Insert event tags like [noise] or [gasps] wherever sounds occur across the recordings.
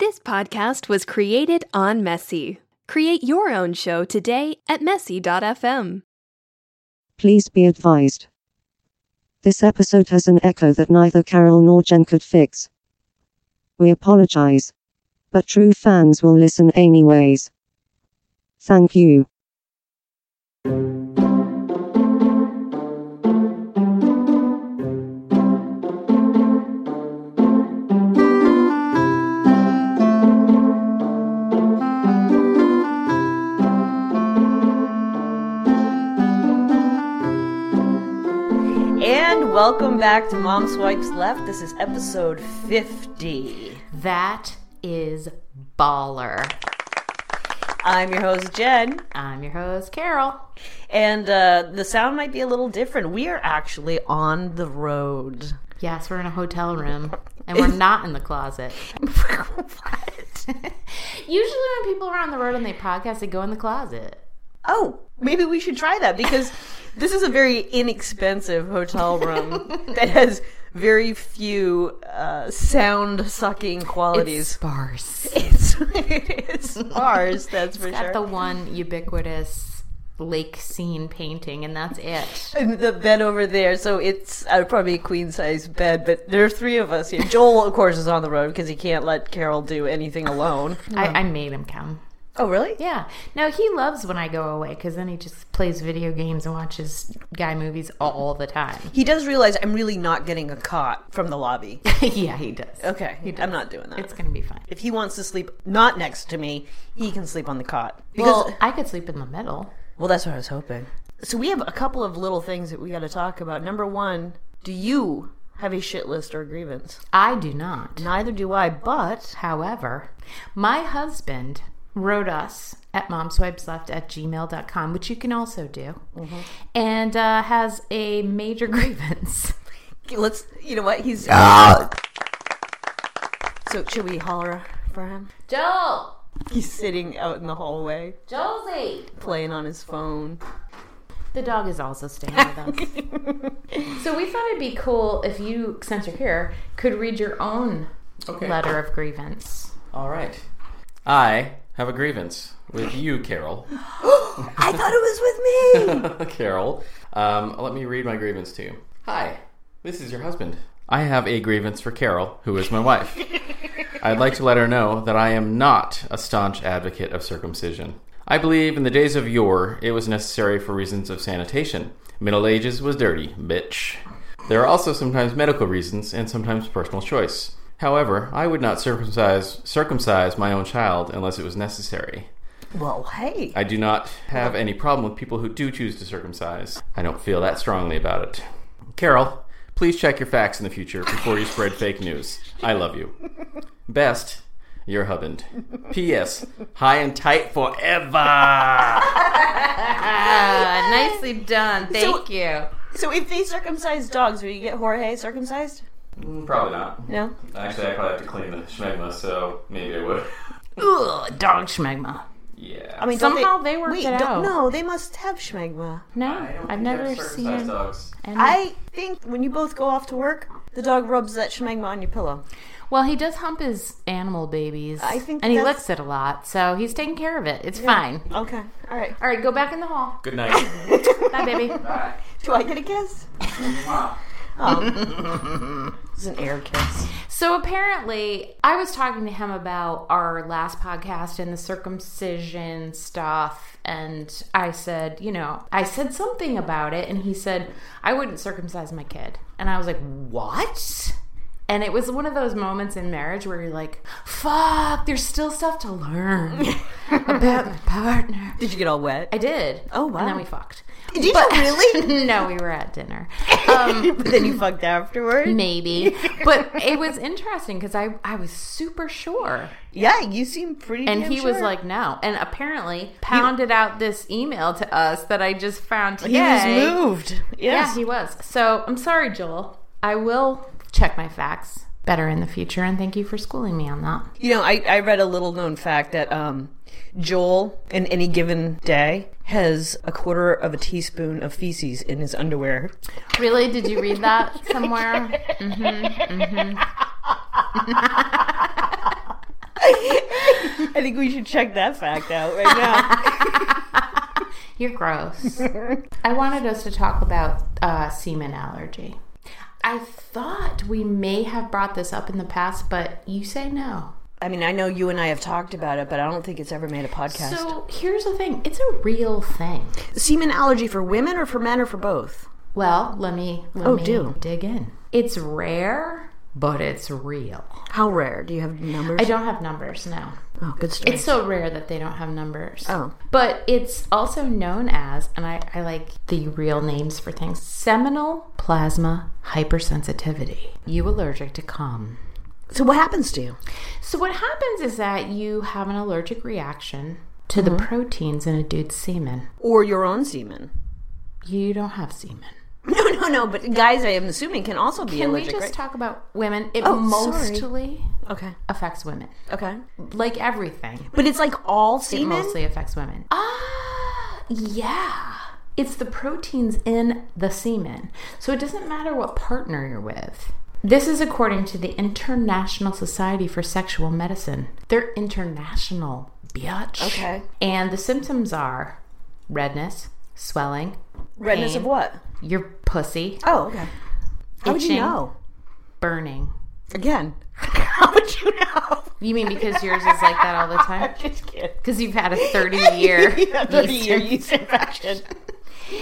This podcast was created on Messy. Create your own show today at messy.fm. Please be advised. This episode has an echo that neither Carol nor Jen could fix. We apologize. But true fans will listen anyways. Thank you. And welcome back to Mom Swipes Left. This is episode 50. That is baller. I'm your host, Jen, I'm your host, Carol. and uh, the sound might be a little different. We are actually on the road. Yes, we're in a hotel room [laughs] and we're not in the closet. [laughs] what? Usually, when people are on the road and they podcast, they go in the closet. Oh, maybe we should try that because this is a very inexpensive hotel room that has very few uh, sound sucking qualities. sparse. [laughs] It's, it's, ours, that's for Got sure. the one ubiquitous lake scene painting, and that's it. And the bed over there. So it's uh, probably a queen size bed, but there are three of us here. Joel, of course, is on the road because he can't let Carol do anything alone. I, I made him come. Oh, really? Yeah. No, he loves when I go away because then he just plays video games and watches guy movies all the time. [laughs] He does realize I'm really not getting a cot from the [laughs] lobby. yeah, he does. Okay, I'm not doing that. It's going to be fun. if he wants to sleep not next to me, he can sleep on the cot. Because Well, I could sleep in the middle. well, that's what I was hoping. So we have a couple of little things that we got to talk about. Number one, do you have a shit list or grievance? I do not. Neither do I, but However, my husband wrote us at momswipesleft at gmail.com, which you can also do, and uh, has a major [laughs] grievance. let's. You know what? He's. Ah. So should we holler for him? Joel! He's sitting out in the hallway Oh, Josie! playing on his phone. The dog is also staying with us. [laughs] so we thought it'd be cool if you, since you're here, could read your own Okay. letter of grievance. All right. I have a grievance with you, Carol. [gasps] I thought it was with me. [laughs] Carol, um, let me read my grievance to you. Hi, this is your husband. I have a grievance for Carol, who is my wife. I'd like to let her know that I am not a staunch advocate of circumcision. I believe in the days of yore, it was necessary for reasons of sanitation. Middle Ages was dirty, bitch. There are also sometimes medical reasons and sometimes personal choice. However, I would not circumcise circumcise my own child unless it was necessary. well, hey. I do not have any problem with people who do choose to circumcise. I don't feel that strongly about it. Carol, please check your facts in the future before you spread fake news. I [laughs] love you. Best, your husband. P.S. High and tight forever. [laughs] Ah, nicely done. Thank you. So if they circumcise dogs, will you get Jorge circumcised? Probably not. No. Actually, I probably have to clean the schmegma, so maybe I would. Ugh, dog schmegma. Yeah. I mean, don't Somehow they, they worked wait, it don't- out. No, they must have schmegma. No, I've never seen dogs. any- I think when you both go off to work, the dog rubs that schmegma on your pillow. Well, he does hump his animal babies. I think and he that's- licks it a lot, so he's taking care of it. It's fine. Okay. All right. All right, go back in the hall. Good night. Bye, baby. [laughs] Do I get a kiss? Oh. it's an air kiss. so apparently, I was talking to him about our last podcast and the circumcision stuff, and I said, you know, I said something about it, and he said, I wouldn't circumcise my kid, and I was like, what? And it was one of those moments in marriage where you're like, fuck, there's still stuff [laughs] to learn about my partner. Did you get all wet? I did. Oh, wow. And then we fucked. Did you really? [laughs] no, we were at dinner. Um, [laughs] Um, but then you fucked afterward. Maybe. But it was interesting because I, I was super sure. Yeah, you seem pretty. And damn he was sure. like, no. And apparently pounded out this email to us that I just found today. He was moved. Yeah, Yes. he was. So I'm sorry, Joel. I will check my facts better in the future. And thank you for schooling me on that. You know, I, I read a little known fact that um, Joel, in any given day, has a quarter of a teaspoon of feces in his underwear. Really? Did you read that [laughs] somewhere? I think we should check that fact out right now. You're gross. I wanted us to talk about uh, semen allergy. I thought we may have brought this up in the past, but you say no. [laughs] I mean, I know you and I have talked about it, but I don't think it's ever made a podcast. So here's the thing it's a real thing. semen allergy for women or for men or for both? Well, let me, let Oh, me do. dig in. It's rare, but it's real. How rare? Do you have numbers? I don't have numbers now. Oh, good story. It's so rare that they don't have numbers. Oh. But it's also known as, and I, I like the real names for things seminal plasma hypersensitivity. You allergic to cum. so what happens to you? So what happens is that you have an allergic reaction to the Mm-hmm. proteins in a dude's semen. Or your own semen? You don't have semen. [laughs] No, no, no. But guys, I am assuming can also be Can we allergic. just right? talk about women? It Oh, sorry. mostly okay, affects women. okay. Like everything. But it's like all It semen. mostly affects women. Ah, yeah. It's the proteins in the semen. So it doesn't matter what partner you're with. This is according to the International Society for Sexual Medicine. They're international, bitch. Okay. And the symptoms are redness, swelling, Redness Pain. of what? your pussy, Oh, okay. How would you Itching. know? burning. Again, [laughs] how would you know? [laughs] You mean because yours is like that all the time? Just [laughs] kidding. Because you've had a 30 year yeah, thirty yeast year yeast infection.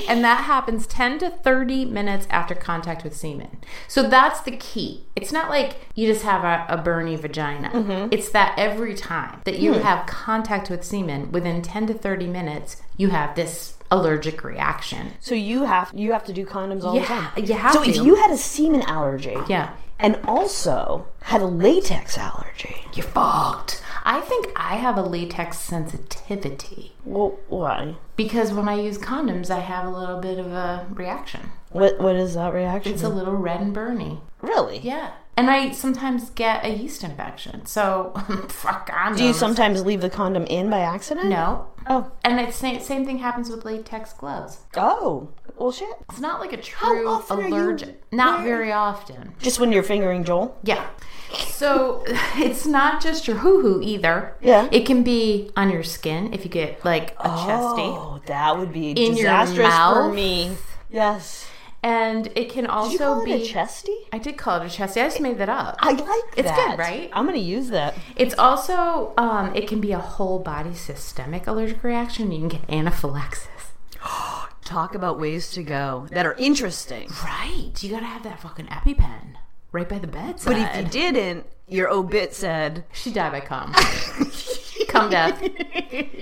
And that happens 10 to 30 minutes after contact with semen. So that's the key. It's not like you just have a, a burny vagina. Mm-hmm. It's that every time that you Hmm. have contact with semen, within 10 to 30 minutes, you have this allergic reaction. So you have you have to do condoms all the Yeah, time. you have So to. if you had a semen allergy, yeah. and also had a latex allergy, You're fucked. I think I have a latex sensitivity well, why? because when I use condoms, I have a little bit of a reaction. What what is that reaction? It's a little red and burny. really? Yeah. And I sometimes get a yeast infection. So, [laughs] fuck, I'm Do you sometimes leave the condom in by accident? No. Oh. And it's same, same thing happens with latex gloves. Oh. Well, shit. It's not like a true often are you allergic. Not very often. Just when you're fingering Joel. Yeah. So [laughs] it's not just your hoo hoo either. Yeah. It can be on your skin if you get like a chesty. Oh, that would be your disastrous for mouth? me. Yes. And it can also Did you call be it a chesty? I did call it a chesty. I just made that up. I like It's that. good, right? I'm gonna use that. It's also um, it can be a whole body systemic allergic reaction. You can get anaphylaxis. Talk about ways to go that are interesting. Right. You gotta have that fucking EpiPen right by the bedside. But if you didn't, your obit said, She died by cum. [laughs] cum death. [laughs]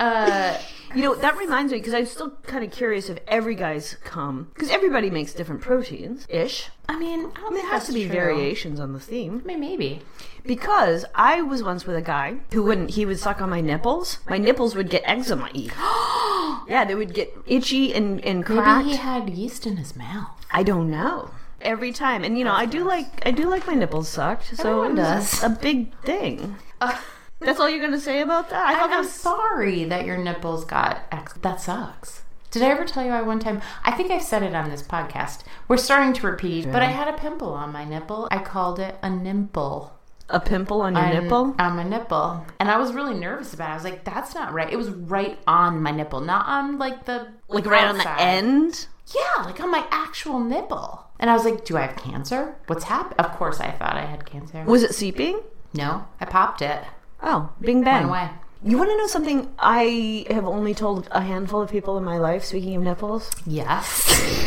Uh, you know, that reminds me because I'm still kind of curious if every guy's come because everybody makes different proteins ish. I mean, I don't There think has that's to be true. variations on the theme. I mean, maybe. because I was once with a guy who wouldn't. He would suck on my nipples. My nipples would get eczema. [gasps] yeah, they would get itchy and and cracked. Maybe he had yeast in his mouth. I don't know. Every time, and you know, I do like I do like my nipples sucked. So Everyone it was does. a big thing. Uh, That's all you're gonna say about that? I thought that I'm was sorry that your nipples got ex- that sucks. Did I ever tell you I one time? I think I said it on this podcast. We're starting to repeat, but I had a pimple on my nipple. I called it a nimple. a pimple on your on- nipple. on my nipple and i was really nervous about it i was like that's not right it was right on my nipple not on like the Like right on the outside. end. yeah like on my actual nipple and i was like do i have cancer what's happened of course i thought i had cancer Was it seeping? no i popped it Oh, bing bang. went away You want to know something I have only told a handful of people in my life, speaking of nipples? yes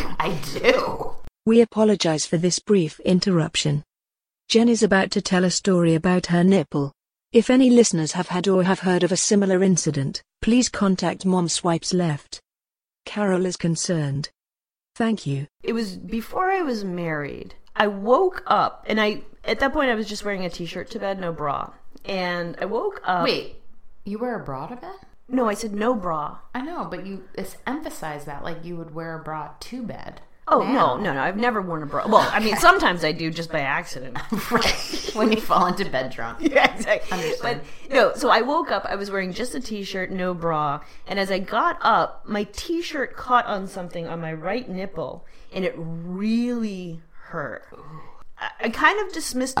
[laughs] i do We apologize for this brief interruption. Jen is about to tell a story about her nipple. If any listeners have had or have heard of a similar incident, please contact Mom Swipes Left. Carol is concerned. Thank you. it was before I was married. I woke up and I at that point I was just wearing a t-shirt to bed, no bra. And I woke up. wait you wear a bra to bed no, I said no bra. i know but you it's emphasize that like you would wear a bra to bed Oh no, no, no! I've never worn a bra. Well, I mean, sometimes I do just by accident. [laughs] [laughs] right when you fall into bed drunk yeah, exactly. But Understand. no, so I woke up. I was wearing just a t-shirt, no bra, and as I got up, my t-shirt caught on something on my right nipple, and it really hurt. I, I kind of dismissed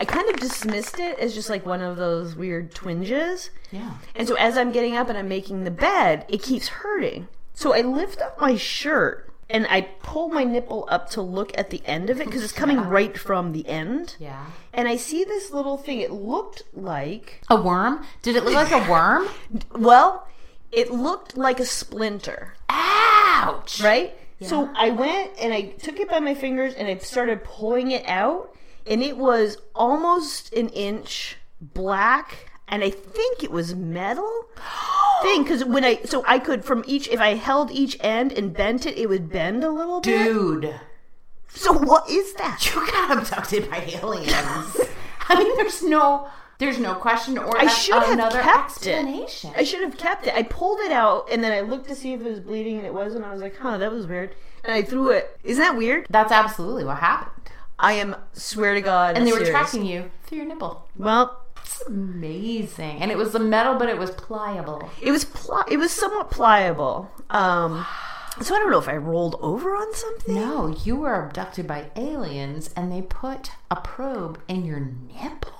I kind of dismissed it as just like one of those weird twinges. Yeah. And so as I'm getting up and I'm making the bed, it keeps hurting. So I lift up my shirt and I pull my nipple up to look at the end of it because it's coming right from the end. Yeah. And I see this little thing. It looked like, A worm? Did it look like a worm? well, it looked like a splinter, Ouch! right? So I went and I took it by my fingers and I started pulling it out, and it was almost an inch black, and I think it was [gasps] metal thing because when I so I could from each if I held each end and bent it, it would bend a little bit. Dude, So what is that? you got abducted by aliens. [laughs] I mean, there's no, there's no question or I a- should have another kept explanation. it. I should have kept it. I pulled it out and then I looked to see if it was bleeding and it wasn't. I was like, huh, that was weird. And I threw it. Isn't that weird? That's absolutely what happened. I am swear to God. And they were serious. tracking you through your nipple. Well, It's amazing. And it was the metal, but it was pliable. it was pli- it was somewhat pliable. Um, so I don't know if I rolled over on something. No, you were abducted by aliens and they put a probe in your nipple.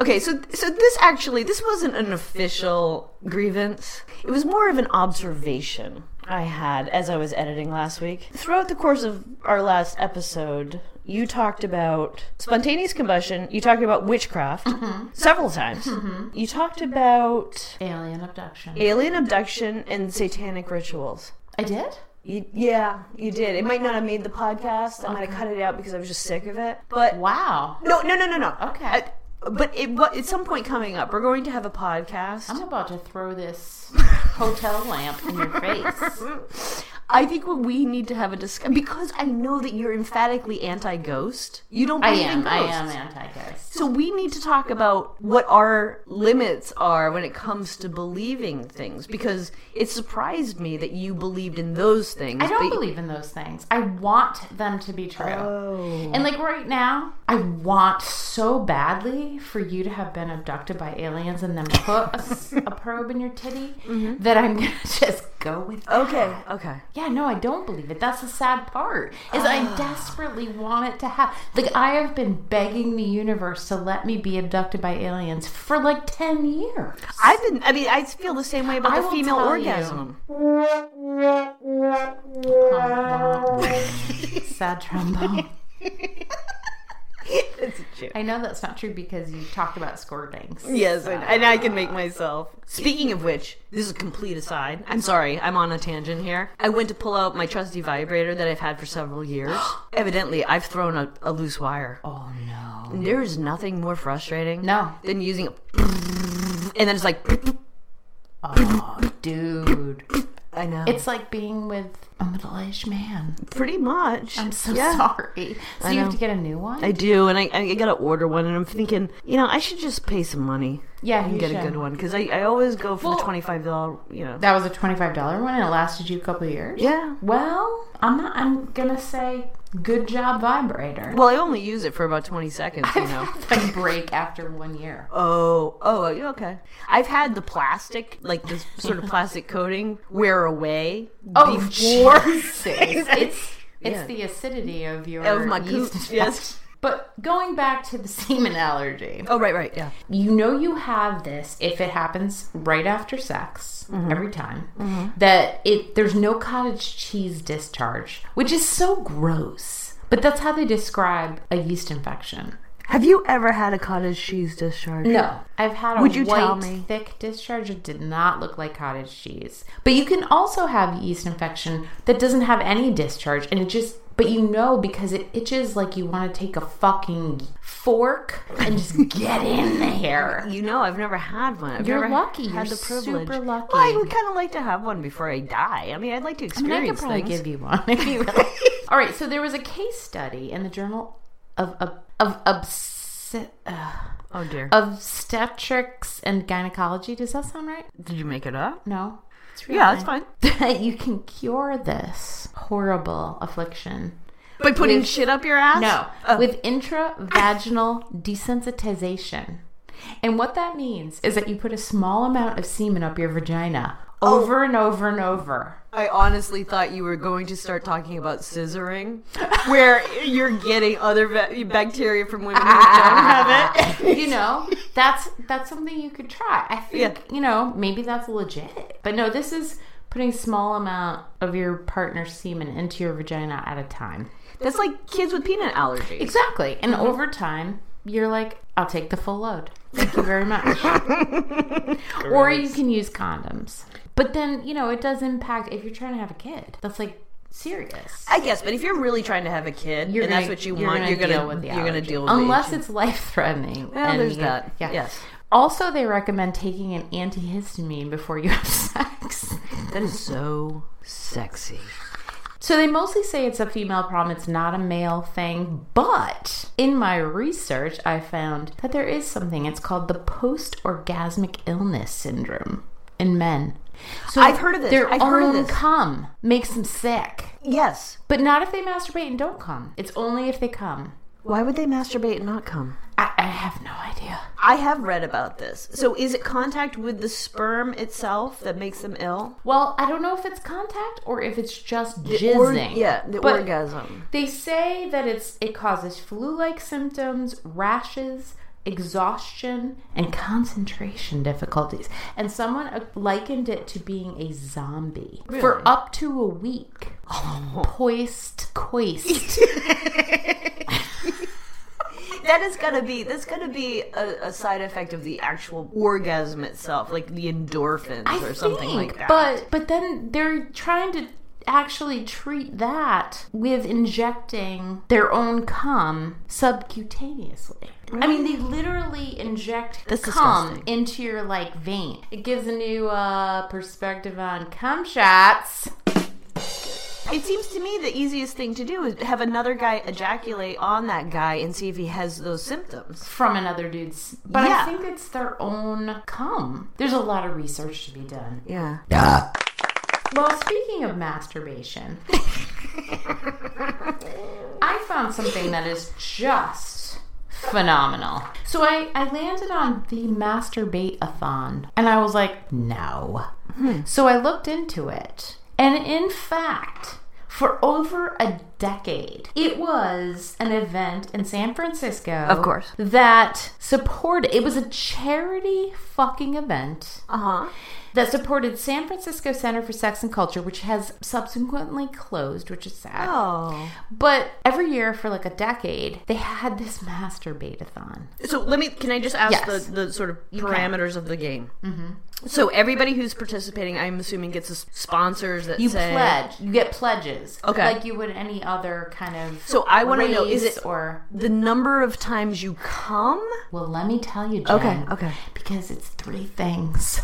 Okay, so so this actually this wasn't an official grievance. It was more of an observation I had as I was editing last week. Throughout the course of our last episode, you talked about spontaneous combustion, you talked about witchcraft several times. You talked about Alien abduction. alien abduction and satanic rituals. I did? You, yeah, you did. It might not have made the podcast. I might have cut it out because I was just sick of it. But Wow. no, no, no, no, no. Okay. Uh, but it, what, at some point coming up, we're going to have a podcast. I'm about to throw [laughs] this hotel lamp in your face. I think what we need to have a discussion because I know that you're emphatically anti-ghost. You don't I believe in am. I ghosts. am anti ghost. So we need to talk about what our limits are when it comes to believing things because it surprised me that you believed in those things. I don't but- believe in those things. I want them to be true. And like right now, I want so badly for you to have been abducted by aliens and then put a, s- a probe in your titty that I'm going to [laughs] just go with that. Okay, okay. Yeah, no, I don't believe it. That's the sad part. Is [sighs] I desperately want it to happen. Like I have been begging the universe to let me be abducted by aliens for like [laughs] 10 years. I've been. I mean, I feel the same way about I the will female tell orgasm. Sad trombone. I know that's not true because you talked about squirtings. Yes, and, and I can make myself. Speaking of which, this is a complete aside. I'm sorry, I'm on a tangent here. I went to pull out my trusty vibrator that I've had for several [gasps] years. Evidently, I've thrown a, a loose wire. Oh no. There is nothing more frustrating No. than using a. [laughs] And then it's like. Oh, dude. I know. It's like being with a middle aged man. pretty much. I'm so Yeah. sorry. So you know. have to get a new one? I do, and I, I gotta order one, and I'm thinking, you know, I should just pay some money yeah, and you get should. a good one because I, I always go for Well- the twenty five dollar, you know. That was a $25 one and it lasted you a couple of years? Yeah. Well, I'm not, I'm gonna say good job vibrator. Well, I only use it for about twenty seconds, [laughs] you know. I break after one year. Oh, oh, yeah, okay. I've had the plastic, like this sort [laughs] of plastic coating, wear away before Oh, [laughs] [laughs] Jesus. it's it's Yeah. the acidity of your of my yeast goop. Yes. But going back to the [laughs] semen allergy, Oh, right, right, yeah. you know you have this if it happens right after sex Mm-hmm. every time that it there's no cottage cheese discharge, which is so gross. But that's how they describe a yeast infection. Have you ever had a cottage cheese discharge? No, I've had a Would you white tell me? thick discharge. It did not look like cottage cheese. But you can also have yeast infection that doesn't have any discharge, and it just. But you know because it itches like you want to take a fucking fork [laughs] and just get in there. You know, I've never had one. I've You're never lucky. Had the You're privilege. super lucky. Well, I would kind of like to have one before I die. I mean, I'd like to I mean, I could experience probably things. [laughs] give you one [laughs] if you really. All right, so there was a case study in the Journal of of of obs- uh, oh [laughs] dear. obstetrics and gynecology. Does that sound right? Did you make it up? No. It's real Yeah, it's thing. fine. [laughs] that you can cure this horrible affliction. By putting shit up your ass? No, Oh. with intravaginal desensitization. And what that means is that you put a small amount of semen up your vagina over and over and over. I honestly thought you were going to start talking about scissoring, where you're getting other ba- bacteria from women who don't have it. [laughs] you know, that's that's something you could try. I think you know maybe that's legit. But no, this is putting small amount of your partner's semen into your vagina at a time. That's like kids with peanut allergies. Exactly, and Mm-hmm. over time, you're like, I'll take the full load. Thank you very much. [laughs] or you can use condoms. But then you know it does impact if you're trying to have a kid. That's like serious. I guess, but if you're really trying to have a kid You're and gonna- that's what you want, you're gonna deal with the you're gonna allergy. deal with the unless issue. it's life threatening. Well, there's that. Yeah. Yes. Also, they recommend taking an antihistamine before you have [laughs] sex. that is so sexy. So they mostly say it's a female problem, it's not a male thing, but in my research I found that there is something. It's called the post-orgasmic illness syndrome in men. So I've heard of this. Their I've own heard of this. cum makes them sick. Yes. But not if they masturbate and don't cum. It's only if they cum. Why would they masturbate and not come? I, I have no idea. I have read about this. So is it contact with the sperm itself that makes them ill? Well, I don't know if it's contact or if it's just The or- jizzing. yeah, the But orgasm. They say that it's it causes flu-like symptoms, rashes, exhaustion, and concentration difficulties. And someone uh, likened it to being a zombie for up to a week. [laughs] Poist, coist. [laughs] That is gonna be that's gonna be a, a side effect of the actual orgasm itself, like the endorphins I or something like that. But but then they're trying to actually treat that with injecting their own cum subcutaneously. I mean, they literally inject That's cum disgusting. into your like vein. It gives a new uh, perspective on cum shots. It seems to me the easiest thing to do is have another guy ejaculate on that guy and see if he has those symptoms. From another dude's, but Yeah. I think it's their own cum. There's a lot of research to be done. Yeah. Well, speaking of masturbation, I found something that is just phenomenal. So I, I landed on the masturbate-a-thon, and I was like, no. So I looked into it, and in fact, for over a decade, it was an event in San Francisco. Of course. That supported, it was a charity fucking event Uh huh. that supported San Francisco Center for Sex and Culture, which has subsequently closed, which is sad. Oh. But every year for like a decade, they had this masturbate-a-thon. So let me. Can I just ask Yes. the, the sort of can. parameters of the game? Mm-hmm. So everybody who's participating, I'm assuming, gets s- sponsors that You say. pledge, you get pledges, Okay. like you would any other kind of. So I wanna know, is race it- or The number of times you come. well? Let me tell you, Jen, Okay, okay. because it's three things.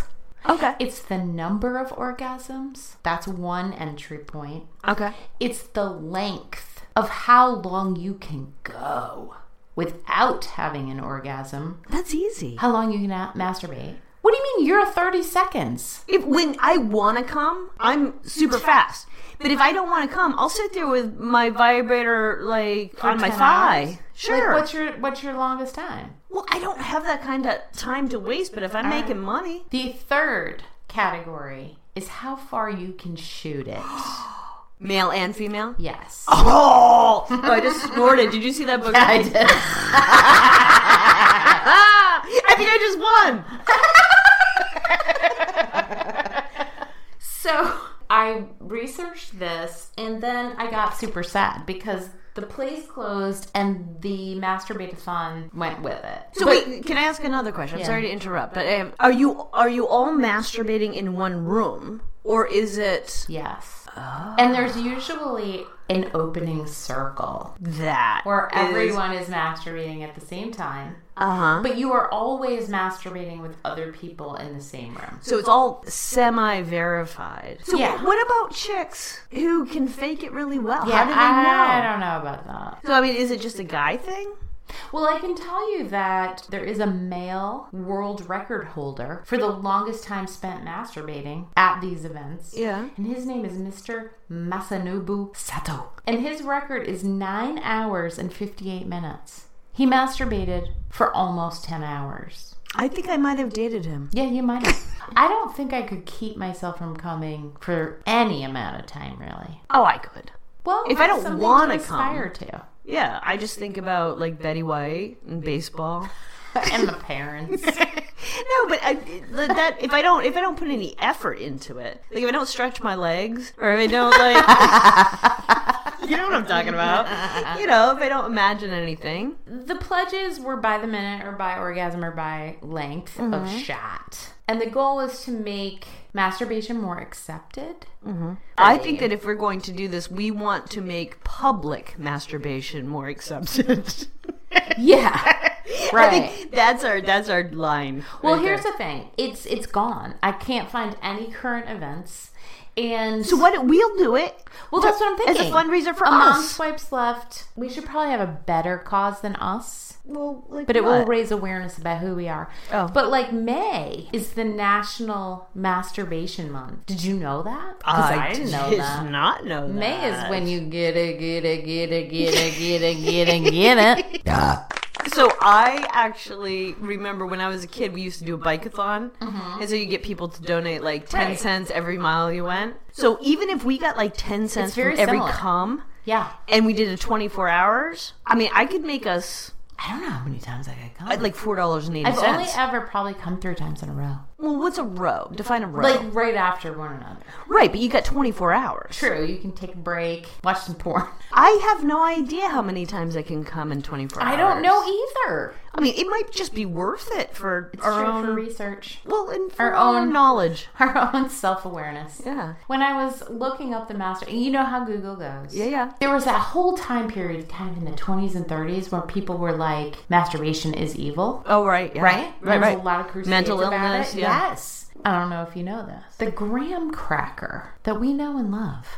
Okay. It's the number of orgasms. That's one entry point. Okay. It's the length of how long you can go without having an orgasm. That's easy. How long you can a- masturbate. What do you mean you're 30 seconds? If, when I want to come, I'm super fast. But if I don't want to come, I'll sit there with my vibrator like on my 10 thigh. hours? Sure. Like what's your what's your longest time? Well, I don't have that kind of time to waste, but if I'm making money, The third category is how far you can shoot it. [gasps] male and female. Yes. Oh, I just snorted. Did you see that book? I did. Ah, [laughs] I think I just won. [laughs] So I researched this and then I got super sad because the place closed and the masturbate-a-thon went with it. So wait, can I ask another question? I'm sorry to interrupt, but um, are you are you all masturbating in one room, or is it Yes. And there's usually an opening circle that where everyone is masturbating at the same time, Uh huh. but you are always masturbating with other people in the same room. So it's all semi-verified. So Yeah. what about chicks who can fake it really well? How Yeah, do they I, know? don't know about that. So I mean, is it just a guy thing? Well, I can tell you that there is a male world record holder for the longest time spent masturbating at these events. Yeah. And his name is Mr. Masanobu Sato. And his record is 9 hours and 58 minutes. He masturbated for almost 10 hours. I think I might have dated him. Yeah, you might. [laughs] have. I don't think I could keep myself from coming for any amount of time, really. Oh, I could. Well, If I that's don't something wanna to aspire to, [laughs] Yeah, I just think about like Betty White and baseball. and the parents. [laughs] no, but I, that if I don't if I don't put any effort into it, like if I don't stretch my legs or if I don't like, [laughs] you know what I'm talking about. You know, if I don't imagine anything, the pledges were by the minute or by orgasm or by length of Mm-hmm. shot. And the goal is to make masturbation more accepted. I think that if we're going to do this, we want to make public masturbation more [laughs] accepted. Yeah. I right. think that's our that's our line. [laughs] well, right here's there. the thing. It's it's gone. I can't find any current events. And so what we'll do it. Well, that's what I'm as a thinking. fundraiser for Among us. swipes left, we should probably have a better cause than us. Well, like But it will what? raise awareness about who we are. Oh. But like May is the National Masturbation Month. Did you know that? 'Cause I, did not know that. May is when you get it, get it, get it, get it, get it, get it, get [laughs] it. So I actually remember when I was a kid, we used to do a bikeathon, and so you get people to donate like ten Mm-hmm. Right. cents every mile you went. So even if we got like ten cents very from every similar. cum, Yeah. and we did it twenty four hours, I mean, I could make us I don't know how many times I got I'd come. like four dollars and eighty I've only cents. ever probably come three times in a row. well, what's a row? Define a row. Like right after one another. right, but you got twenty four hours. True, you can take a break, watch some porn. I have no idea how many times I can come in twenty four. I don't know either. I mean, it might just be worth it for It's our true own for research. [laughs] well, and for Our our, own, own- knowledge. Our own self awareness. Yeah. When I was looking up the master, and you know how Google goes. Yeah, yeah. There was that whole time period, kind of in the 20s and 30s, where people were like, masturbation is evil. Oh right, yeah. Right? right, There right. was a lot of crusades mental about illness. it. Yeah. Yes. I don't know if you know this. The graham cracker that we know and love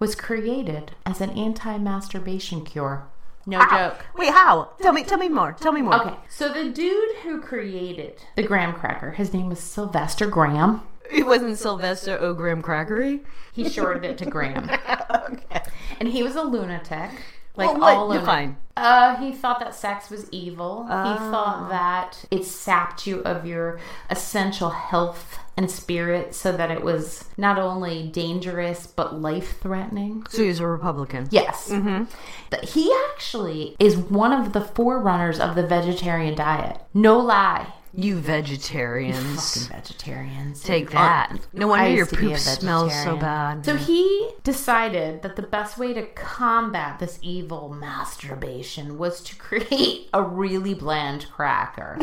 was created as an anti masturbation cure. No joke. Ah, Wait, how? Tell me, tell me more. Tell me more. Okay, so the dude who created the graham cracker, his name was Sylvester Graham. It wasn't Sylvester O'Graham Crackery. He shorted it to [laughs] Graham. okay. And he was a lunatic. Like Well, what all lunatic. define? Uh, he thought that sex was evil. He thought that it sapped you of your essential health and spirit, so that it was not only dangerous but life threatening. So he's a Republican. Yes. But He actually is one of the forerunners of the vegetarian diet. No lie. You [laughs] vegetarians. Fucking vegetarians. Take that. No wonder I your used to be poop a smells so vegetarian. bad. So he decided that the best way to combat this evil masturbation was to create a really bland [laughs] cracker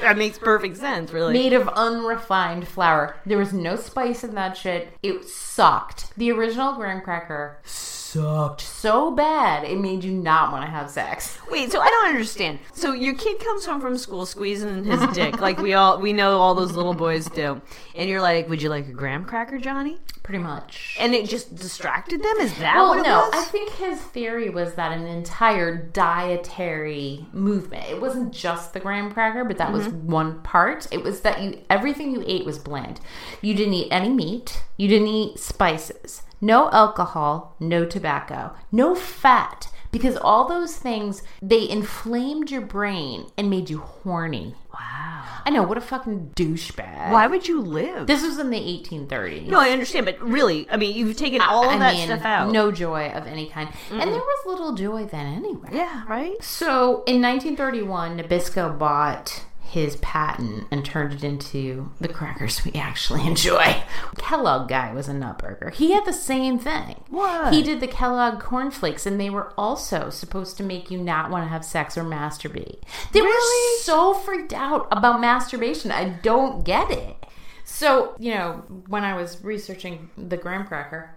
that makes perfect sense, really. made of unrefined flour. There was no spice in that shit. It sucked. The original graham cracker sucked so bad it made you not want to have sex. Wait, so I don't understand. So your kid comes home from school squeezing his dick, like we all we know all those little boys do, and you're like, "Would you like a graham cracker, Johnny?" Pretty much. And it just distracted them. Is that Well, what it no, was? I think his theory was that an entire dietary movement. It wasn't just the graham cracker, but that was Mm-hmm. one part. It was that you everything you ate was bland. You didn't eat any meat. You didn't eat spices. No alcohol. No tobacco. No fat. Because all those things they inflamed your brain and made you horny. wow. I know what a fucking douchebag. Why would you live? This was in the 1830s. No, I understand, but really, I mean, you've taken all of I that mean, stuff out. No joy of any kind. And there was little joy then anyway. Yeah, right? So in 1931, Nabisco bought his patent and turned it into the crackers we actually [laughs] enjoy. Kellogg guy was a nut burger. He had the same thing. What? He did the Kellogg cornflakes and they were also supposed to make you not want to have sex or masturbate. They were so freaked out about masturbation. I don't get it. So, you know, when I was researching the graham cracker,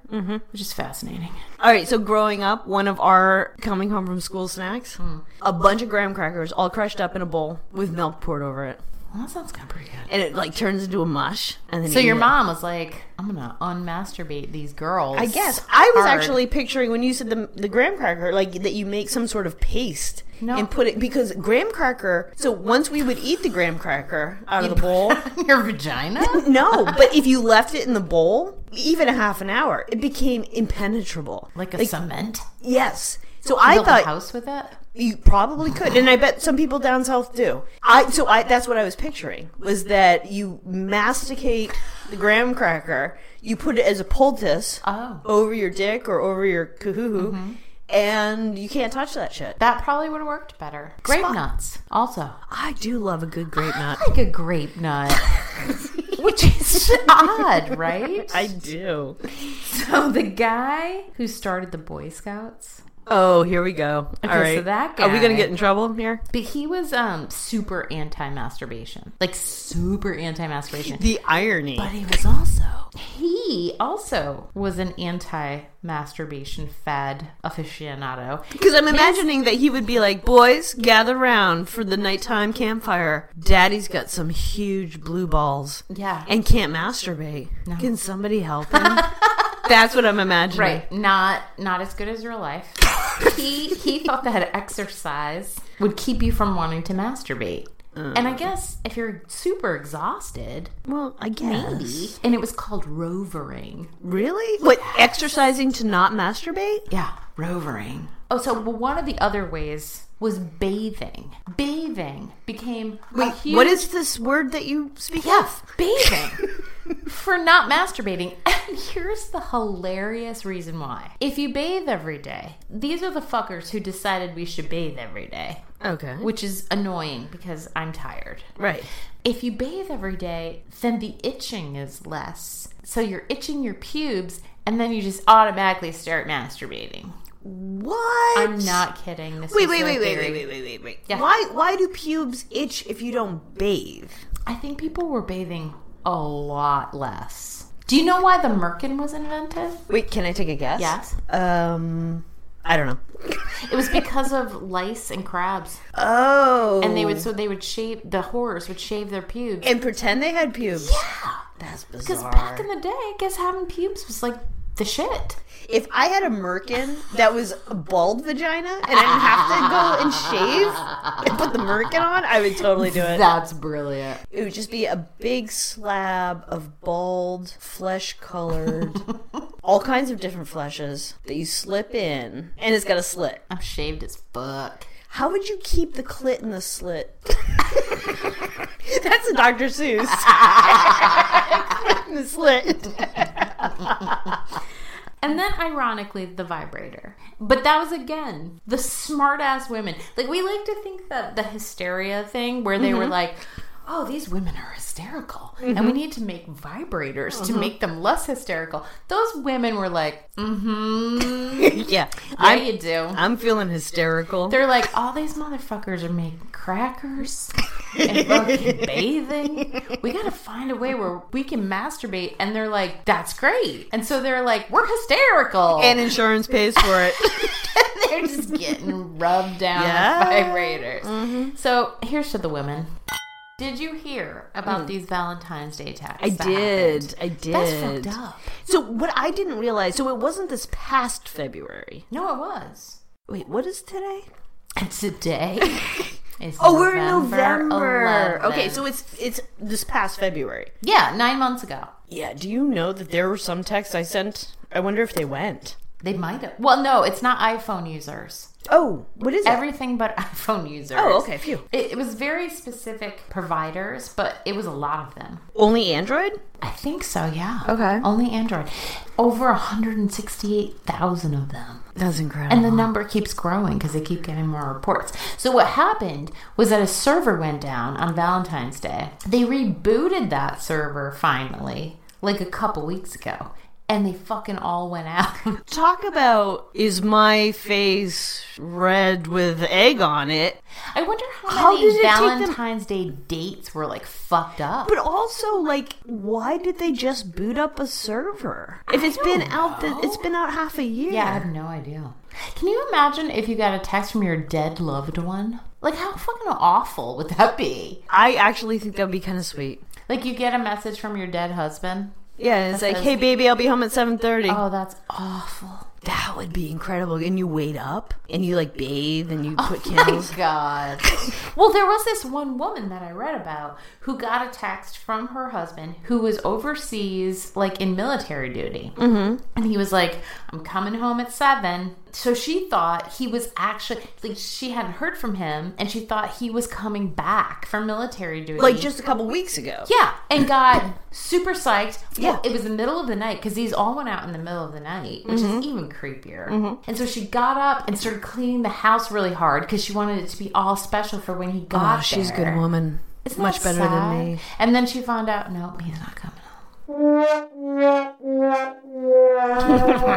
which is fascinating. All right, so growing up, one of our coming home from school snacks, a bunch of graham crackers all crushed up in a bowl with milk poured over it. Well, that sounds kind of pretty good. And it like turns into a mush. And then So you your eat it. mom was like, "I'm gonna unmasturbate these girls." I guess. I was hard." actually picturing when you said the, the graham cracker, like that you make some sort of paste No. and put it, because graham cracker, so once we would eat the graham cracker out of the bowl. [laughs] your [laughs] vagina. No, but if you left it in the bowl, even a half an hour, it became impenetrable. like a cement. Yes. So I Build thought a house with it. you probably could, and I bet some people down south do. I so I that's what I was picturing was that you masticate the graham cracker, you put it as a poultice Oh. over your dick or over your kuhuhu, and you can't touch Mm-hmm. that shit. That probably would have worked better. Grape Spot- nuts, also. I do love a good grape nut. I like a grape nut, [laughs] which is odd, right? I do. so the guy who started the Boy Scouts, Oh, here we go. Okay, All so right, that Are we gonna guy- get in trouble here? but he was um super anti-masturbation, like super anti-masturbation. The irony. But he was also he also was an anti-masturbation fad aficionado. Because I'm imagining that he would be like, boys, gather round for the nighttime campfire. Daddy's got some huge blue balls. Yeah. And can't masturbate. Can somebody help him? That's what I'm imagining. Right, not not as good as real life. he he thought that exercise would keep you from wanting to masturbate. And I guess if you're super exhausted, Well, I guess. maybe. And it was called rovering. Really? What, exercising to not masturbate? Yeah, rovering. Oh, so one of the other ways was bathing. Bathing became a huge What is this word that you speak Yes, bathing for not masturbating. [laughs] And here's the hilarious reason why. If you bathe every day, these are the fuckers who decided we should bathe every day, of? Okay. which is annoying because I'm tired. Right. If you bathe every day, then the itching is less. So you're itching your pubes and then you just automatically start masturbating. What? I'm not kidding. This Wait, is wait, their wait, wait, wait, theory. wait, wait, wait, wait. Yeah. Why, why do pubes itch if you don't bathe? I think people were bathing a lot less. Do you know why the merkin was invented? Wait, can I take a guess? Yes. Um, I don't know. It was because of lice and crabs, Oh. and they would so they would shave the horrors would shave their pubes. and pretend they had pubes. Yeah, that's Because bizarre. back in the day, I guess having pubes was like the shit. if I had a merkin that was a bald vagina and I didn't have to go and shave and put the merkin on, I would totally do it. That's brilliant. It would just be a big slab of bald, [laughs] flesh-colored, all kinds of different fleshes that you slip in, and it's got a slit. I'm shaved as fuck. How would you keep the clit in the slit? [laughs] That's a Dr. Seuss. [laughs] Clit in the slit. And then, ironically, the vibrator. But that was again the smart ass women. Like we like to think that the hysteria thing, where they were like, "Oh, these women are hysterical, and we need to make vibrators to make them less hysterical." Those women were like, "Mm-hmm, [laughs] yeah, [laughs] Yeah, you do." I'm feeling hysterical. They're like, all these motherfuckers are making crackers and fucking [laughs] bathing. We gotta find a way where we can masturbate. And they're like, that's great. And so they're like, we're [laughs] hysterical. and insurance pays for [laughs] it. they're just getting rubbed down Yeah. with vibrators. So here's to the women. Mm-hmm. Hmm. Did you hear about these Valentine's Day attacks? I that did. happened? I did. That's fucked up. So what I didn't realize, so it wasn't this past February. No, it was. Wait, what is today? And [laughs] today is Oh, we're in November. 11th. Okay, so it's it's this past February. yeah, nine months ago. Yeah, do you know that there were some texts I sent? I wonder if they went. They might have. Well, no, it's not iPhone users. Oh, what is it? Everything but [laughs] iPhone users. Oh, okay, phew. It, it was very specific providers, but it was a lot of them. Only Android? I think so, yeah. Okay. Only Android. Over 168,000 of them. That's incredible. And the number keeps growing because they keep getting more reports. So, what happened was that a server went down on Valentine's Day. They rebooted that server finally, like a couple weeks ago, and they fucking all went out. [laughs] Talk about is my face red with egg on it? I wonder how, How many did it take them- Valentine's Day dates were like fucked up. But also, like, why did they just boot up a server? If it's been out, the, it's been out half a year. yeah, I have no idea. Can you imagine if you got a text from your dead loved one? Like, how fucking awful would that be? I actually think that would be kind of sweet. Like, you get a message from your dead husband. Yeah, and it's like, says- hey, baby, I'll be home at seven thirty. Oh, that's awful. that would be incredible. And you wait up, and you like bathe, and you put My candles. God. well, there was this one woman that I read about who got a text from her husband who was overseas, like in military duty. Mm-hmm. And he was like, I'm coming home at seven. So she thought he was actually like she hadn't heard from him, and she thought he was coming back from military duty, Like just a couple weeks ago. yeah, and got super psyched. Well, Yeah. it was the middle of the night because these all went out in the middle of the night, which Mm-hmm. is even creepier. And so she got up and started cleaning the house really hard because she wanted it to be all special for when he got Oh, she's a good there. woman. It's Isn't Much that better sad? than me. And then she found out, no, he's not coming home. [laughs]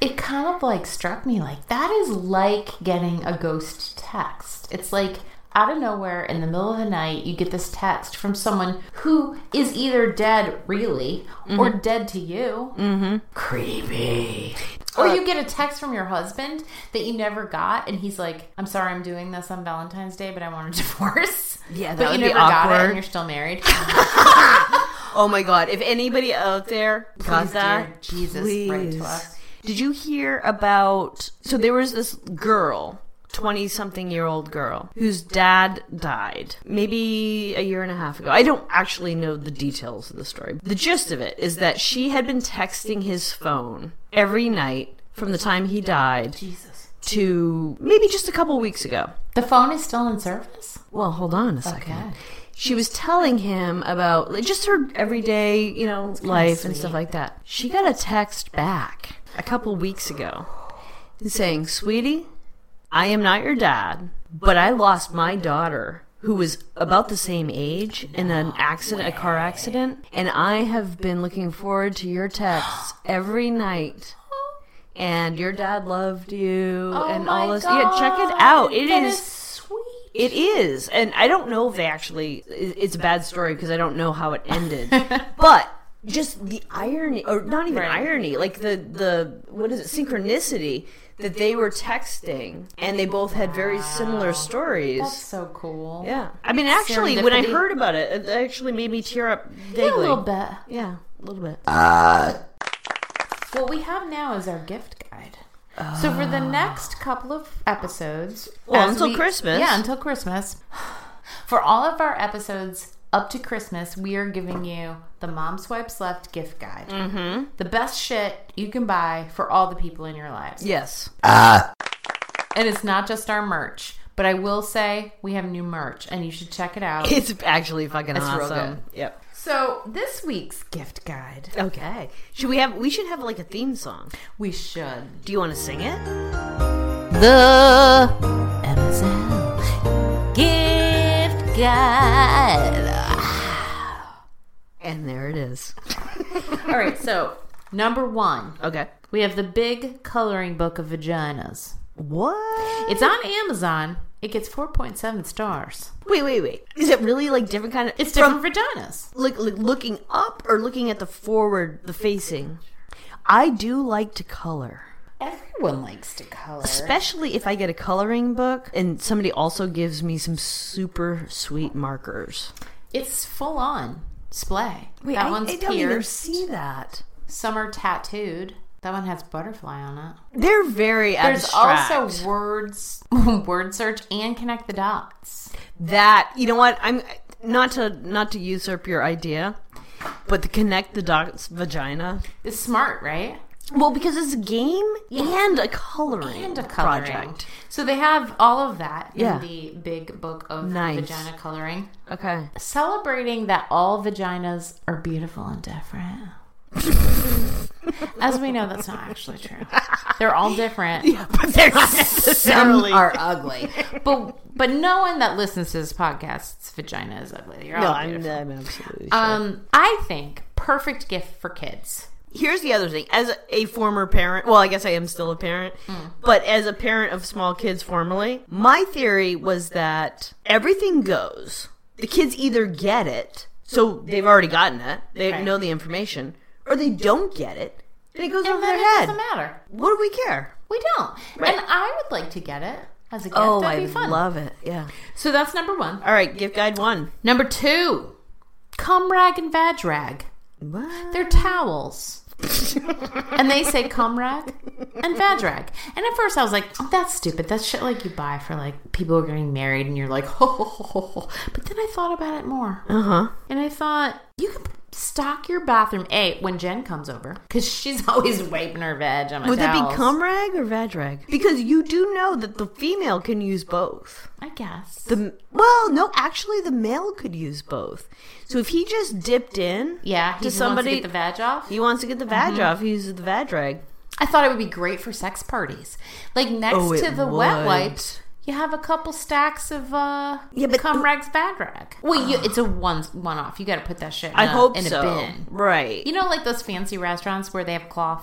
it kind of like struck me like that is like getting a ghost text. It's like out of nowhere in the middle of the night, you get this text from someone who is either dead, really, or dead to you. Mm-hmm. Creepy. Or you get a text from your husband that you never got, and he's like, "I'm sorry, I'm doing this on Valentine's Day, but I want a [laughs] divorce." Yeah, that but would you be never got it, awkward. and you're still married. [laughs] [laughs] Oh my god! If anybody out there got Please, that, dear Jesus, write to please. us. Did you hear about? So there was this girl, twenty-something-year-old girl, whose dad died maybe a year and a half ago. I don't actually know the details of the story. The gist of it is that she had been texting his phone every night from the time he died Jesus, to maybe just a couple weeks ago. the phone is still in service. Well, hold on a second. Okay. She was telling him about like, just her everyday, you know, life and stuff like that. She got a text back a couple weeks ago saying, "Sweetie, I am not your dad, but I lost my daughter who was about the same age in an accident, a car accident, and I have been looking forward to your [gasps] texts every night." And your dad loved you, and all this. Yeah, check it out. It is Oh That sweet. it is, and I don't know if they actually. it- It's a bad story because I don't know how it [laughs] ended. but just the irony, or not even irony, like the the what is it synchronicity that they were texting and they both had very similar stories. That's so cool. yeah, I mean, actually, when I Serendipity. heard about it, it actually made me tear up Yeah, a vaguely. little bit. Uh, Yeah, a little bit. What we have now is our gift guide. So for the next couple of episodes, Oh. Well, as until Christmas. yeah, until Christmas, [sighs] for all of our episodes up to Christmas, we are giving you the Mom Swipes Left gift guide, mm-hmm. the best shit you can buy for all the people in your lives. Yes. uh, And it's not just our merch, but I will say we have new merch, and you should check [laughs] it [laughs] out. It's actually fucking It's real awesome. good. Yep. so this week's gift guide, Okay. Should we have? We should have like a theme song. we should Do you want to sing it? the MSL gift guide. And there it is. All right, so number one, Okay. we have the big coloring book of vaginas. What? It's on Amazon. It gets 4.7 stars. Wait, wait, wait. Is it really like different kind of? It's different vaginas. like, like looking up or looking at the forward, the facing. I do like to color, Everyone likes to color. especially if I get a coloring book and somebody also gives me some super sweet markers. It's full on splay. that one's pierced. that. Some are tattooed. That one has butterfly on it. They're very There's abstract. also words, [laughs] word search, and connect the dots. that you know what i'm not to not to usurp your idea but the connect the dots vagina It's smart, right? well because it's a game and a coloring and a coloring. project So they have all of that Yeah. in the big book of Nice. vagina coloring, okay celebrating that all vaginas are beautiful and different. As we know, that's not actually true. They're all different. but they're [laughs] not Some necessarily [laughs] are ugly, but but no one that listens to this podcast's vagina is ugly. You're no all i'm, beautiful. I'm absolutely Um, I think perfect gift for kids. here's the other thing as a former parent well i guess i am still a parent but as a parent of small kids formerly my theory was that everything goes the kids either get it so they've already gotten it they Right. know the information or they don't get it and it goes over And then their it head doesn't matter. what do we care We don't. Right. And I would like to get it as a gift. oh That'd i be fun. love it yeah so that's number one. all right gift guide one Number two, cum rag and vag rag. what? They're towels. and they say cum rag and vag rag. And at first I was like, "Oh, that's stupid. That's shit like you buy for like people who are getting [laughs] "Oh, married and you're like, ho, ho, ho, ho, ho. But then I thought about it more. uh-huh And I thought, you can Stock your bathroom a when Jen comes over because she's [laughs] always wiping her veg on my Would that towels. be cum rag or vag rag? Because you do know that the female can use both. I guess. The well, no, actually, the male could use both. So if he just dipped in, yeah, he to just wants to somebody, get the veg off. Mm-hmm. he wants to get the vag off. He uses the vag rag. I thought it would be great for sex parties. Like next Oh, it to the wet would. wipes, you have a couple stacks of uh Yeah, but- cum rags bad rag. Wait, you, it's a one one off. You got to put that shit. In I a- hope in so. a bin. Right. You know, like those fancy restaurants where they have cloth.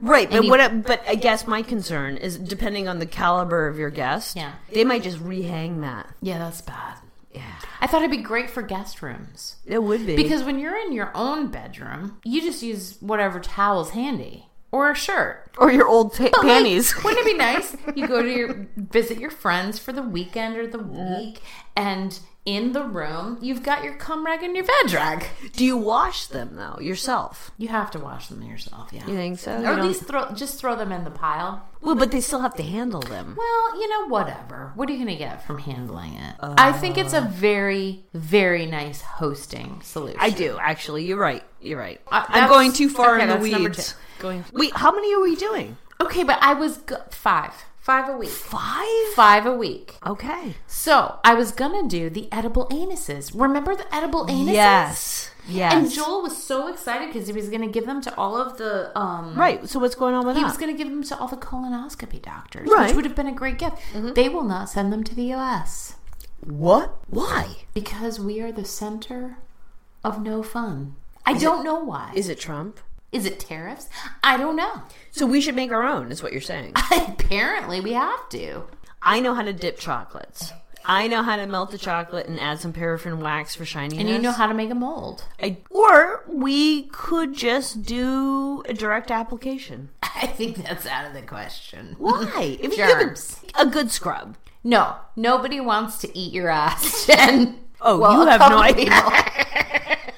Right, but And you- what? I, but I guess my concern is depending on the caliber of your guest. Yeah. they might just rehang that. Yeah, that's bad. Yeah, I thought it'd be great for guest rooms it would be because when you're in your own bedroom, you just use whatever towel's handy or a shirt. or your old ta- But, like, panties. wouldn't it be nice? You go to your visit your friends for the weekend or the week, and in the room you've got your cum rag and your veg rag. Do you wash them though yourself? You have to wash them yourself, yeah. You think so? You Or at don't- least throw just throw them in the pile. well, but they still have to handle them. Well, you know, whatever. What are you going to get from handling it? I think it's a very, very nice hosting solution. Uh. I do actually. You're right. You're right. Uh, I'm that's- going too far okay, in the that's number weeds. two. Going Wait, how many are we doing? okay, but I was go- five, five a week, Five. five a week. Okay. So I was gonna do the edible anuses. Remember the edible anuses? Yes. Yes. And Joel was so excited because he was gonna give them to all of the um. Right. So what's going on with He that? was going to give them to all the colonoscopy doctors, Right. Mm-hmm. which would have been a great gift. They will not send them to the U.S. what? Why? because we are the center of no fun. I don't know why. Is, Is it Trump? it tariffs? I don't know. [laughs] So we should make our own. Is what you're saying? Apparently, we have to. I know how to dip chocolates. I know how to melt the chocolate and add some paraffin wax for shininess. And you know how to make a mold. [laughs] I, or we could just do a direct application. I think that's out of the question. Why? [laughs] if you give Germs. a, a good scrub. No, nobody wants to eat your ass, [laughs] Jen. Oh, Well, you a have no couple idea. people. [laughs]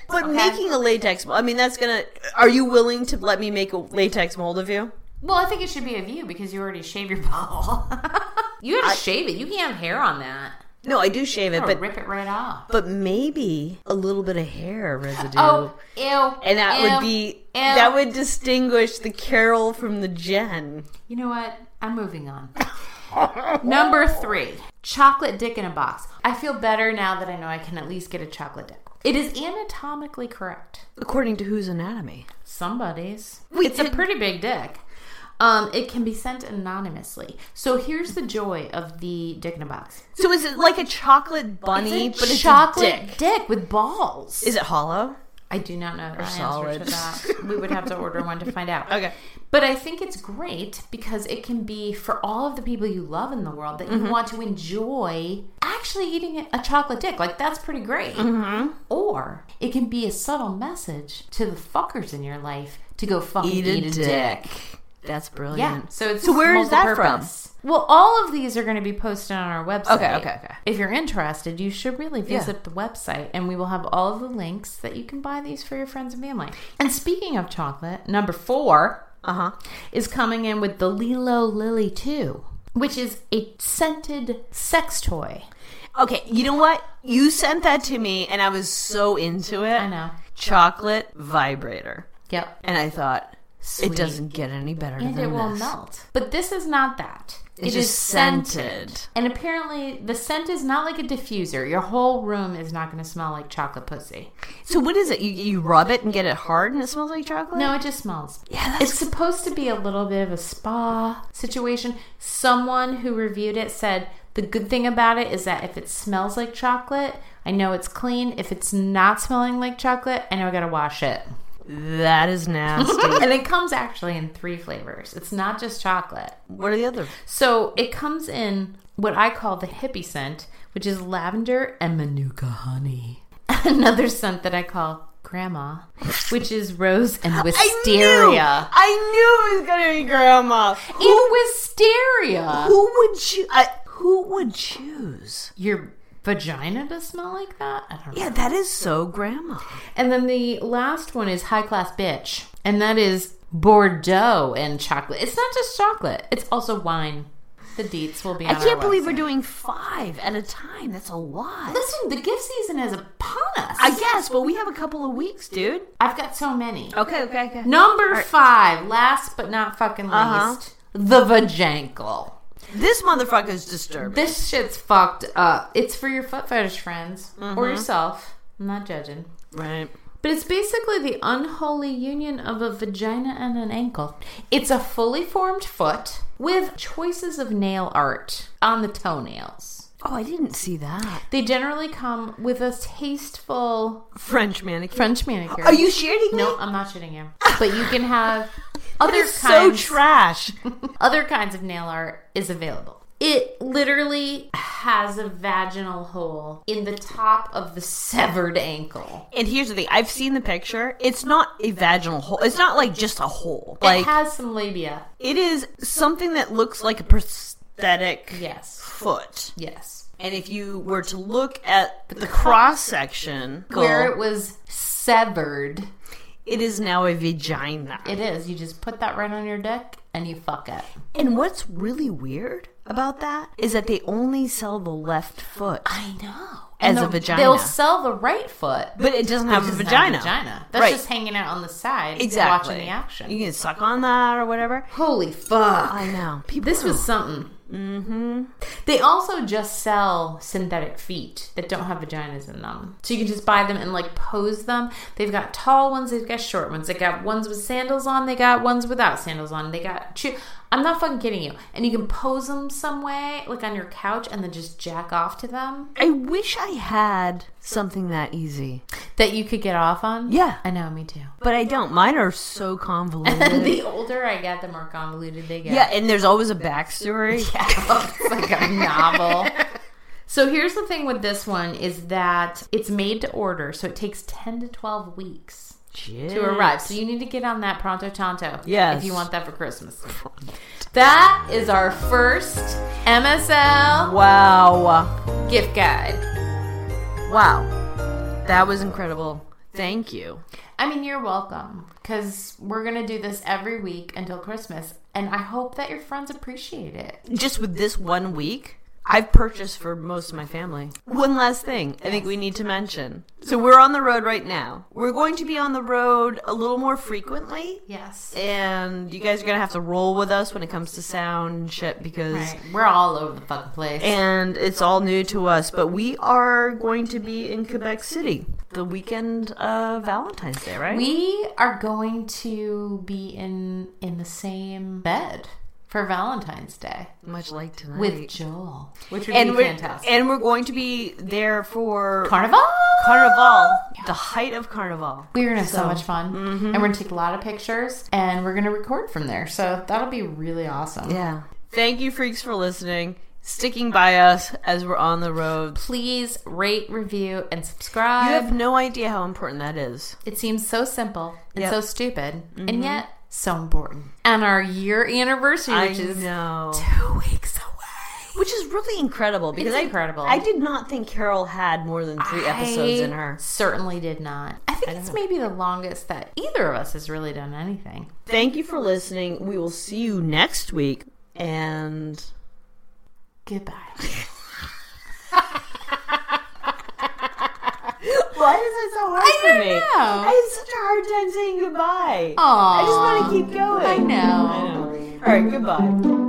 But making a latex, I mean, that's gonna. Are you willing to let me make a latex mold of you? well, I think it should be of you because you already shave your ball. [laughs] you gotta shave it. You can't have hair on that. No, I do shave it, Or but rip it right off. but maybe a little bit of hair residue. Oh, ew. And that would ew, be ew. that would distinguish the Carol from the Jen. You know what? I'm moving [laughs] on. Number three, chocolate dick in a box. I feel better now that I know I can at least get a chocolate dick. It is anatomically correct. According to whose anatomy? somebody's. it's a pretty big dick. Um, it can be sent anonymously. So here's the joy of the dick in a box. So is it like a chocolate bunny, It's a but it's chocolate a dick? with balls. Is it hollow? I do not know the solid. answer [laughs] to that. We would have to order one to find out. Okay. But I think it's great because it can be for all of the people you love in the world that Mm-hmm. you want to enjoy actually eating a- a chocolate dick. Like, that's pretty great. Mm-hmm. Or it can be a subtle message to the fuckers in your life to go fucking eat a, dick. That's brilliant. Yeah. So it's So where is that from? multi-purpose. Well, all of these are going to be posted on our website. Okay, okay, okay. If you're interested, you should really visit the website and we will have all of the links that you can buy these for your friends and family. And speaking of chocolate, number 4 Uh-huh. is coming in with the Lilo Lily 2, which is a scented sex toy. Okay, you know what? You sent that to me and I was so into it. I know. Chocolate vibrator. Yep. And I thought Sweet. it doesn't get any better and than it will this. melt. But this is not that. It's it is just scented. scented. And apparently, the scent is not like a diffuser. Your whole room is not going to smell like chocolate pussy. So what is it? You, you rub it and get it hard and it smells like chocolate? No, it just smells. Yeah, that's It's supposed to be a little bit of a spa situation. Someone who reviewed it said the good thing about it is that if it smells like chocolate, I know it's clean. If it's not smelling like chocolate, I know I got to wash [laughs] it. that is [laughs] nasty. and it comes actually in three flavors. It's not just chocolate. what are the other? So it comes in what I call the hippie scent, which is lavender and manuka honey. [laughs] Another scent that I call grandma, which is rose [gasps] and wisteria. I knew it was gonna be grandma. In wisteria, Who would choo- I Who would choose? your vagina to smell like that. I don't know. Yeah, that is so grandma. And then the last one is high class bitch, and that is Bordeaux and chocolate. It's not just chocolate; it's also wine. The deets will be. On I can't our believe website. we're doing five at a time. That's a lot. Listen, the gift season is upon on us. I guess, but we have a couple of weeks, dude. I've got so many. Okay, okay, okay. Number five, last but not fucking least, Uh-huh. the vajankle. This motherfucker's disturbing. This shit's fucked up. It's for your foot fetish friends Mm-hmm. or yourself. I'm not judging. Right. But it's basically the unholy union of a vagina and an ankle. It's a fully formed foot with choices of nail art on the toenails. Oh, I didn't see that. They generally come with a tasteful French manicure. French manicure. Are you shitting me? No, I'm not shitting you. But you [laughs] can have That other is so kinds. [laughs] trash. other kinds of nail art is available. It literally has a vaginal hole in the top of the severed ankle. And here's the thing: I've seen the picture. It's not a vaginal hole. It's not like just a hole. Like it has some labia. it is something that looks like a prosthetic Yes. foot. Yes. And if you were to look at the cross section, Where it was severed. it is now a vagina. It is. You just put that right on your dick and you fuck it. And what's really weird about that is that they only sell the left foot, I know. As the- a vagina. They'll sell the right foot. but it doesn't have a It's not vagina. vagina. That's Right. just hanging out on the side. Exactly. Watching the action. You can suck on that or whatever. Holy fuck. I know. People This was something. Mm-hmm. They also just sell synthetic feet that don't have vaginas in them. So you can just buy them and like pose them. They've got tall ones, they've got short ones, they got ones with sandals on, they got ones without sandals on, they got two. I'm not fucking kidding you. And you can pose them some way, like on your couch, and then just jack off to them I wish I had something that easy, that you could get off on. Yeah. I know, [laughs] me too. but I don't. Mine are so convoluted. [laughs] the older I get, the more convoluted they get. yeah, and there's always a backstory. [laughs] it's like a novel. [laughs] So here's the thing with this one is that it's made to order, so it takes 10 to 12 weeks to arrive. So you need to get on that pronto tanto Yes. if you want that for Christmas. That is our first MSL Wow. gift guide. Wow. That was incredible. Thank you. I mean, you're welcome cuz we're going to do this every week until Christmas and I hope that your friends appreciate it. Just with this one week, I've purchased for most of my family. One last thing I think we need to mention. So we're on the road right now. We're going to be on the road a little more frequently. Yes. And you guys are going to have to roll with us when it comes to sound and shit because Right. We're all over the fucking place. and it's all new to us. But we are going to be in Quebec City the weekend of Valentine's Day, right? We are going to be in in the same bed for Valentine's Day much like tonight. with Joel, which would and be we're fantastic. and we're going to be there for Carnival. Carnival, the height of Carnival. We're gonna have so, mm-hmm. much fun, and we're gonna take a lot of pictures, and we're gonna record from there. So that'll be really awesome. Yeah. Thank you, freaks, for listening, sticking by us as we're on the road. Please rate, review, and You subscribe. have no idea how important that is. It seems so simple and Yep. so stupid, and yet so important. And our year anniversary, I which is know. two weeks away. Which is really incredible because I- incredible. I, did not think Carol had more than three episodes I in her. Certainly did not. I think it's maybe the longest that either of us has really done anything. Thank you for listening. We will see you next week. And Goodbye. [laughs] why is it so hard I for don't me? know. I have such a hard time saying goodbye. Aw. I just want to keep going. I know. I know. All right, goodbye.